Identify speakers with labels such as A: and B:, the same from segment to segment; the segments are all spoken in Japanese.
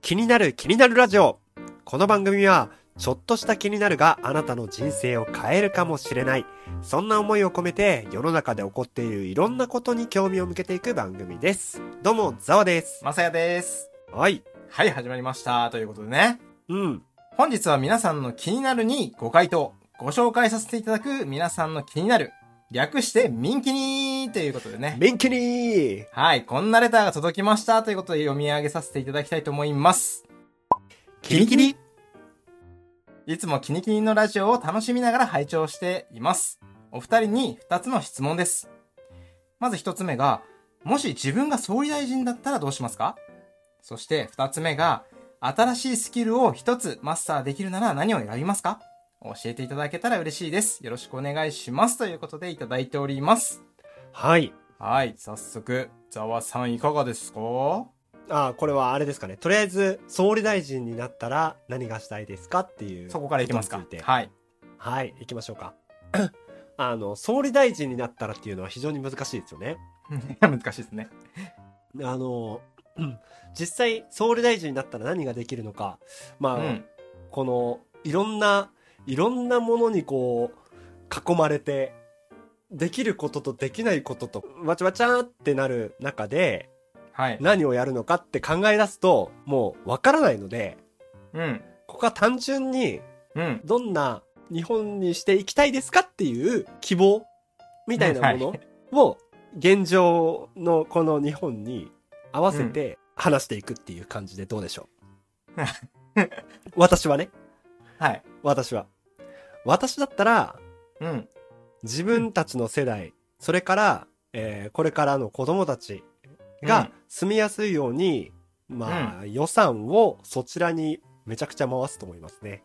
A: 気になる気になるラジオこの番組はちょっとした気になるがあなたの人生を変えるかもしれないそんな思いを込めて世の中で起こっているいろんなことに興味を向けていく番組ですどうもざわです
B: まさやです。
A: はい
B: はい、始まりました。ということでね。
A: うん
B: 本日は皆さんの気になるにご回答、ご紹介させていただく皆さんの気になる、略して民気にということでね。
A: 免許にー
B: はい、こんなレターが届きましたということで読み上げさせていただきたいと思います。
A: キリキリ
B: いつもキニキニのラジオを楽しみながら拝聴しています。お二人に二つの質問です。まず一つ目が、もし自分が総理大臣だったらどうしますかそして二つ目が、新しいスキルを一つマスターできるなら何を選びますか教えていただけたら嬉しいです。よろしくお願いします。ということでいただいております。
A: はい
B: はい、早速、ざわさんいかがですか
A: ああこれはあれですかねとりあえず総理大臣になったら何がしたいですかっていう
B: そこからいきますか
A: ことについて
B: はい。
A: はい、行きましょうか。 あの、総理大臣になったらっていうのは非常に難しいですよね。
B: 難しいですね。
A: あの、うん実際、総理大臣になったら何ができるのか、まあ、
B: うん。
A: この、いろんな、いろんなものにこう、囲まれて、できることとできないことと、わちゃわちゃってなる中で、
B: はい。
A: 何をやるのかって考え出すと、もうわからないので、
B: うん。
A: ここは単純に
B: うん。
A: どんな日本にしていきたいですかっていう希望みたいなものを現状のこの日本に合わせて話していくっていう感じでどうでしょう、 私はね、
B: はい。
A: 私は。私だったら
B: うん。
A: 自分たちの世代、それから、えーこれからの子供たちが住みやすいように、まあ、予算をそちらにめちゃくちゃ回すと思いますね。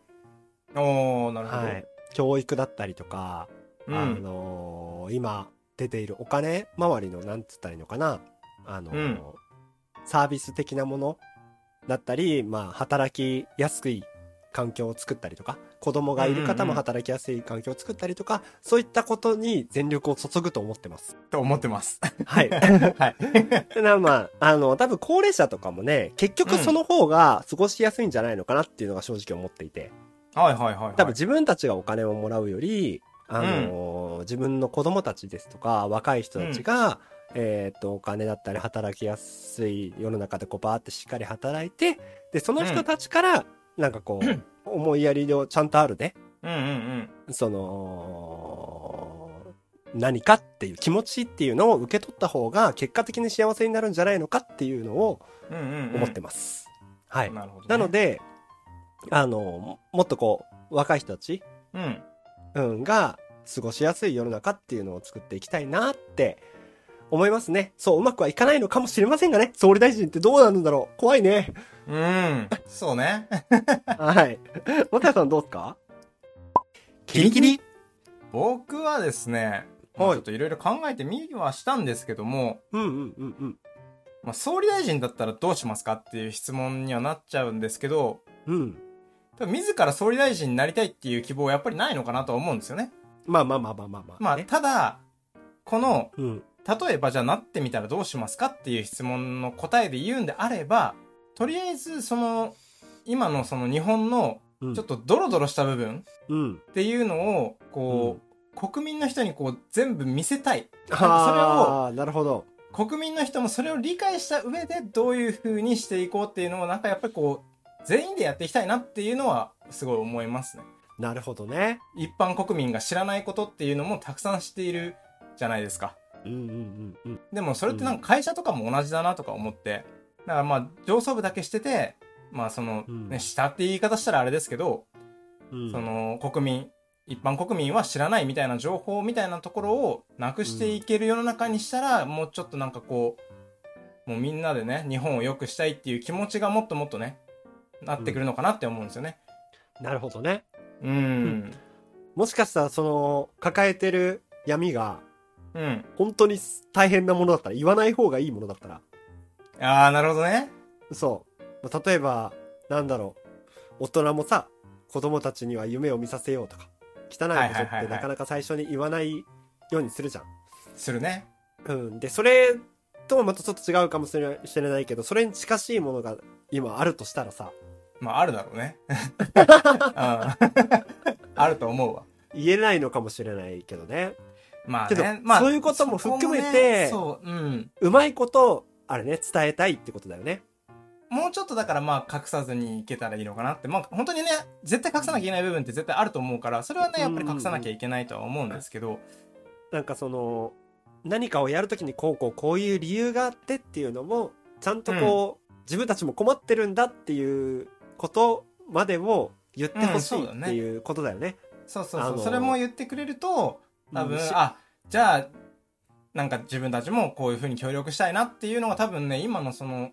B: おー、なるほど。
A: はい。教育だったりとか、
B: う
A: あ
B: ん。
A: のー今出ているお金周りのなんつったらいいのかな、あのー
B: うん
A: サービス的なものだったり、まあ、働きやすい環境を作ったりとか子供がいる方
B: うんうんう
A: も
B: ん
A: 働きやすい環境を作ったりとか、そういったことに全力を注ぐと思ってます。
B: と思っ てます。
A: はい。
B: はい。
A: なまあ、あの、多分高齢者とかもね、結局その方が過ごしやすいんじゃないのかなっていうのが正直思っていて。
B: はいはいはいはい。
A: 多分自分たちがお金をもらうより、あのー自分の子供たちですとか若い人たちが、えーっとお金だったり働きやすい世の中でこうバーってしっかり働いてでその人たちからなんかこう、
B: うん
A: 思いやりをちゃんとあるね
B: うんうん
A: その何かっていう気持ちっていうのを受け取った方が結果的に幸せになるんじゃないのかっていうのを
B: うん。うんうん、うん。
A: 思ってます。はい、
B: なるほど、ね。
A: なの、であのもっとこう若い人たち
B: うん。
A: うん、が過ごしやすい世の中っていうのを作っていきたいなって思いますね。そう、うまくはいかないのかもしれませんがね。総理大臣ってどうなるんだろう怖いね。
B: うん。そうね。
A: はい。 もたやさんどうですか
B: キリキリ僕はですね、まあ
A: はい
B: ちょっといろいろ考えてみはしたんですけども、
A: うんうんうんうん。
B: まあ、総理大臣だったらどうしますかっていう質問にはなっちゃうんですけど、
A: うん。
B: 多分自ら総理大臣になりたいっていう希望はやっぱりないのかなとは思うんですよね。
A: まあまあまあまあまあまあ。
B: まあ、
A: ね
B: ただ、この、
A: うん。
B: 例えばじゃあなってみたらどうしますかっていう質問の答えで言うんであれば、とりあえずその、今のその日本の
A: うん
B: ちょっとドロドロした部分
A: うん。
B: っていうのを、こう、国民の人にこう全部見せたい。なんか
A: ああ、なるほど。
B: それを、国民の人もそれを理解した上でどういう風にしていこうっていうのを、なんかやっぱりこう、全員でやっていきたいなっていうのはすごい思いますね。
A: なるほどね。
B: 一般国民が知らないことっていうのもたくさん知っているじゃないですか。
A: うんうんうんうん。
B: でもそれってなんか会社とかも同じだなとか思って。だからまあ上層部だけしてて、まあその、
A: うん
B: ね、下って言い方したらあれですけど、
A: うん、
B: その国民、一般国民は知らないみたいな情報みたいなところをなくしていける世の中にしたら、もうちょっとなんかこう、もうみんなでね、日本を良くしたいっていう気持ちがもっともっとね、なってくるのかなって思うんですよね。
A: なるほどね。
B: うん。うん。
A: もしかしたらその抱えてる闇が
B: うん、
A: 本当に大変なものだったら言わない方がいいものだったら
B: ああ、なるほどね。
A: そう。まあ例えば、なんだろう。大人もさ、子供たちには夢を見させようとか、汚い
B: はい
A: こ
B: は
A: とっ
B: いはい
A: て
B: はい
A: なかなか最初に言わないようにするじゃん。
B: するね。
A: うん。で、それとはまたちょっと違うかもしれしれないけど、それに近しいものが今あるとしたらさ、
B: まあ、あるだろうね。 うんあ ると思うわ。
A: 言えないのかもしれないけどね。
B: まあ
A: けど
B: ね、まあ、
A: そういうことも含めて
B: そこもねそう、うん。
A: うまいこと、あれね、伝えたいってことだよね。
B: もうちょっとだからまあ、隠さずにいけたらいいのかなって、まあ、本当にね、絶対隠さなきゃいけない部分って絶対あると思うから、それはね、やっぱり隠さなきゃいけないとは思うんですけど、
A: なんかその、何かをやるときにこうこうこういう理由があってっていうのも、ちゃんとこう、自分たちも困ってるんだっていうことまでも言ってほし
B: う
A: い
B: んそうだ
A: っ
B: ね
A: ていうことだよね。
B: そうそうそう、
A: あのー
B: それも言ってくれると、多分、
A: うんし
B: あ、じゃあ、なんか自分たちもこういう風に協力したいなっていうのが多分ね、今のその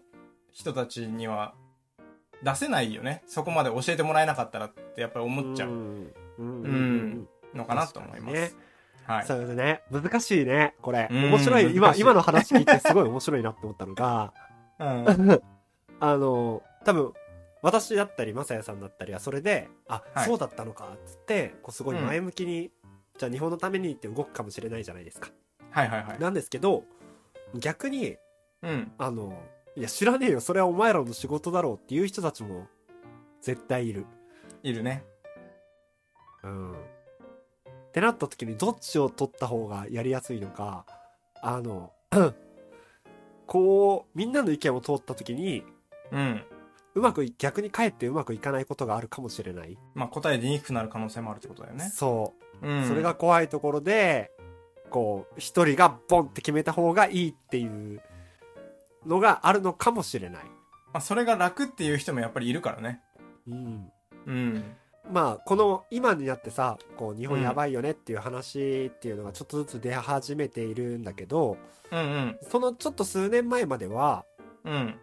B: 人たちには出せないよね。そこまで教えてもらえなかったらってやっぱり思っちゃうん
A: うん
B: うんのかなと思います。
A: 確
B: はい。
A: そうですね。難しいね、これ。
B: うん
A: 面白い。今、
B: 難しい
A: 今の話聞いてすごい面白いなって思ったのが、
B: うん。
A: あの、多分、私だったり、まさやさんだったりは、それで、あ、
B: はい
A: そうだったのか、っつって、こう、すごい前向きに、じゃあ日本のためにって動くかもしれないじゃないですか。
B: はいはいはい。
A: なんですけど、逆に、
B: うん。
A: あの、いや、知らねえよ、それはお前らの仕事だろうっていう人たちも、絶対いる。
B: いるね。
A: うん。ってなった時にどっちを取った方がやりやすいのか、あの、 こう、みんなの意見を通った時に、
B: うん。
A: うまくい、逆にかえってうまくいかないことがあるかもしれない。
B: まあ答え出にくくなる可能性もあるってことだよね。
A: そう。
B: うん。
A: それが、怖いところで、こう、一人がボンって決めた方がいいっていうのがあるのかもしれない。
B: まあそれが楽っていう人もやっぱりいるからね。
A: うん。
B: うん。
A: まあ、この今になってさ、こう、日本やばいよねっていう話っていうのがちょっとずつ出始めているんだけど、
B: うんうん。
A: そのちょっと数年前までは、
B: うん。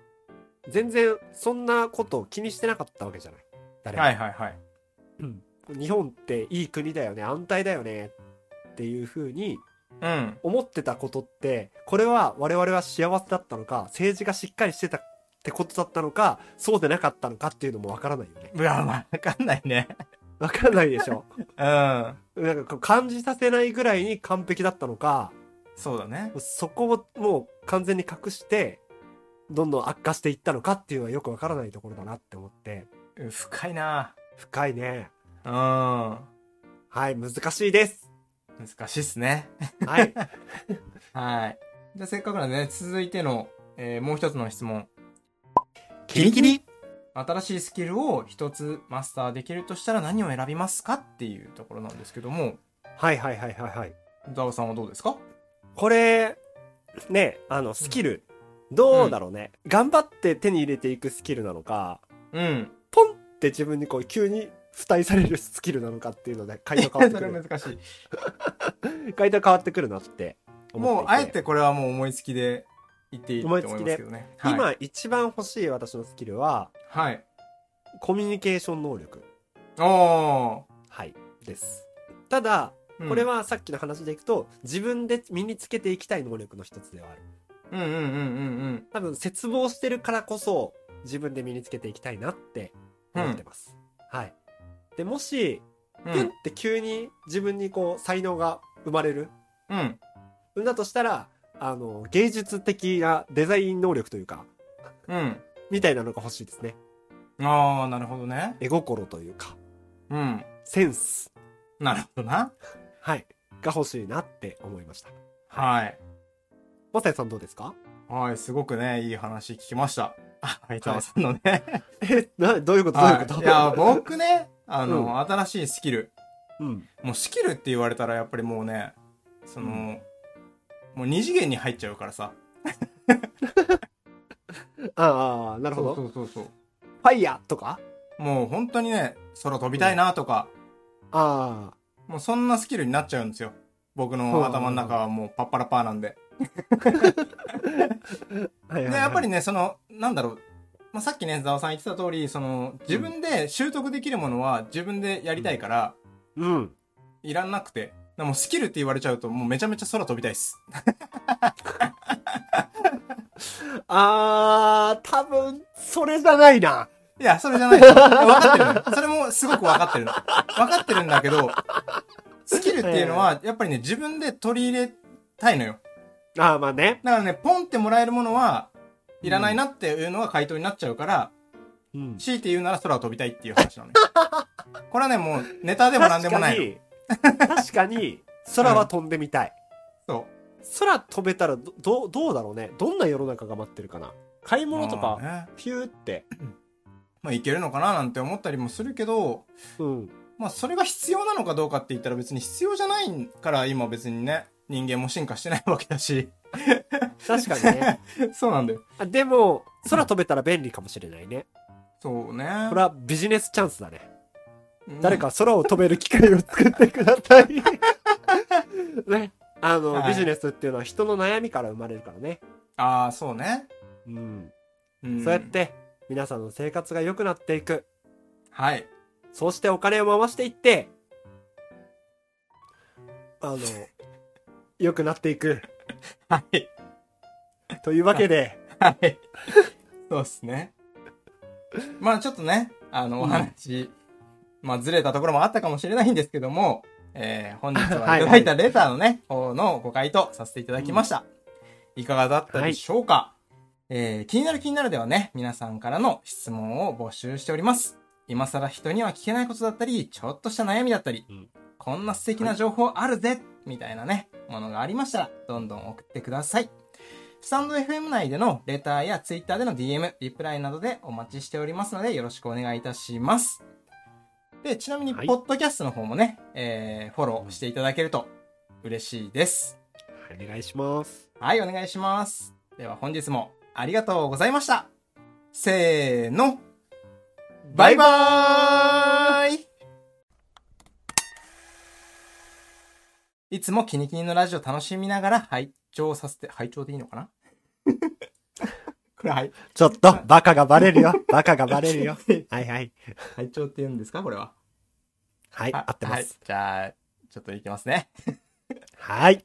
A: 全然そんなことを気にしてなかったわけじゃない。誰も
B: はいはいはい。
A: うん日本っていい国だよね、安泰だよね、っていうふうに
B: うん。
A: 思ってたことって、これは我々は幸せだったのか、政治がしっかりしてたってことだったのか、そうでなかったのかっていうのもわからないよね。
B: うわ、わかんないね。
A: わからないでしょ。
B: うん。
A: なんかこう感じさせないぐらいに完璧だったのか、
B: そうだね。
A: そこをもう完全に隠して、どんどん悪化していったのかっていうのはよくわからないところだなって思って。
B: うん深いな
A: 深いね。
B: うん。難
A: はい、難しいです。
B: しいっすね。
A: はい。
B: はい。じゃあせっかくなんでね、続いての、えーもう一つの質問。
A: キリキリ
B: 新しいスキルを一つマスターできるとしたら何を選びますかっていうところなんですけども、
A: はいはいはいはいはい。
B: ザオさんはどうですか
A: これ、ね、あの、スキル、どうだろうね、頑張って手に入れていくスキルなのか、
B: うん。
A: ポンって自分にこう急に付帯されるスキルなのかっていうの で、回答変わって
B: そ
A: く
B: れ
A: る。
B: 難しい。
A: 回答変わってくるなって思って
B: も、
A: いうて
B: あえてこれはもう思いつきで言っていいと思いますけどね。はい、
A: 今一番欲しい私のスキルは、
B: はい。
A: コミュニケーション能力。
B: お
A: はい。です。ただ、
B: ー。
A: これ、はさっきの話でいくと、自分で身につけていきたい能力の一つではある。
B: うんうんうんうん
A: 多分、絶望してるからこそ、自分で身につけていきたいなって
B: うん。う
A: 思っ
B: ん
A: て。ます。はい。で、もし、
B: う
A: プンっ
B: ん。
A: て急に自分にこう、才能が生まれる。
B: うん。
A: んだとしたら、あの、芸術的なデザイン能力というか、
B: うん。
A: みたいなのが欲しいですね。
B: ああ、なるほどね。
A: 絵心というか、
B: うん。
A: センス。
B: なるほどな。
A: はい。が欲しいなって思いました。
B: はい。
A: まさやさんどうですか
B: はい、すごくね、いい話聞きました。あ、はい、たさんのね。
A: え、な、どういうことどういう
B: は
A: こと
B: い、いや、僕ね、あの、
A: うん
B: 新しいスキル。
A: うん。
B: もうスキルって言われたら、やっぱりもうね、その、
A: うん
B: もう二次元に入っちゃうからさ。
A: ああ、なるほど。
B: そうそうそう
A: ファイヤーとか
B: そう。もう本当にね、空飛びたいなとか、
A: あ
B: もうそんなスキルになっちゃうんですよ。僕の頭の中はもうパッパラパーなんで。
A: あ。はいはいは
B: で、
A: い
B: やっぱりね、その、なんだろう。まあ、さっきね、ざわさん言ってた通り、その、自分で習得できるものは自分でやりたいから、
A: うん。
B: いらなくて。でもスキルって言われちゃうと、もうめちゃめちゃ空飛びたいっす。
A: ああ、多分、それじゃないな。
B: いや、それじゃない。分かってるのよそれもすごく分かってるの。分かってるんだけど、スキルっていうのは、やっぱりね、自分で取り入れたいのよ。
A: ああ、まあね。
B: だからね、ポンってもらえるものは、いらないなっていうのが回答になっちゃうから、
A: うん。
B: 強いて言うなら空を飛びたいっていう 話なのね。これはね、もうネタでも何でもないの。
A: 確かに、確かに、空は飛んでみたい。
B: そ。
A: 空飛べたらど、どう、どうだろうね。どんな世の中が待ってるかな。買いう物と
B: ま
A: か、
B: あね
A: ピューって。
B: まあ、いけるのかななんて思ったりもするけど、
A: うん。
B: まあ、それが必要なのかどうかって言ったら別に必要じゃないから、今別にね、人間も進化してないわけだし。
A: 確かにね。
B: そうなんだよ。
A: あでも、空飛べたら便利かもしれないね。
B: そうね。
A: これはビジネスチャンスだね。
B: うん
A: 誰。か空を飛べる機会を作ってください。 ね。あの、
B: はい
A: ビジネスっていうのは人の悩みから生まれるからね。
B: ああ、そうね。
A: うん。
B: うん
A: そうやっ。て、皆さんの生活が良くなっていく。
B: はい。
A: そうしてお金を回していって、あ の、良くなっていく。
B: はい。
A: というわけで、
B: はい。そうっすね。まあちょっとね、あの、お話、まあずれたところもあったかもしれないんですけども、えー本日はいただいたレターのね、方のご回答させていただきました。いかがだったでしょうか、えー気になる気になるではね、皆さんからの質問を募集しております。今更人には聞けないことだったり、ちょっとした悩みだったり、
A: うん
B: こんな素敵な情報あるぜ、みたいなね、ものがありましたら、どんどん送ってください。スタンド FM 内でのレターやツイッターでの DM、リプライなどでお待ちしておりますので、よろしくお願いいたします。で、ちなみに、
A: はい
B: ポッドキャストの方もね、えー、フォローしていただけると嬉しいです。
A: お願いします。
B: はい、お願いします。では本日もありがとうございました。せーの、バイバーイいつもキニキニのラジオ楽しみながら拝聴させて、拝聴でいいのかな これ、はい、
A: ちょっと、バカがバレるよ。バカがバレる よ。はいはい。
B: 拝聴って言うんですかこれは。
A: はい、合ってま
B: はい
A: す。。
B: じゃあ、ちょっといきますね。
A: はい。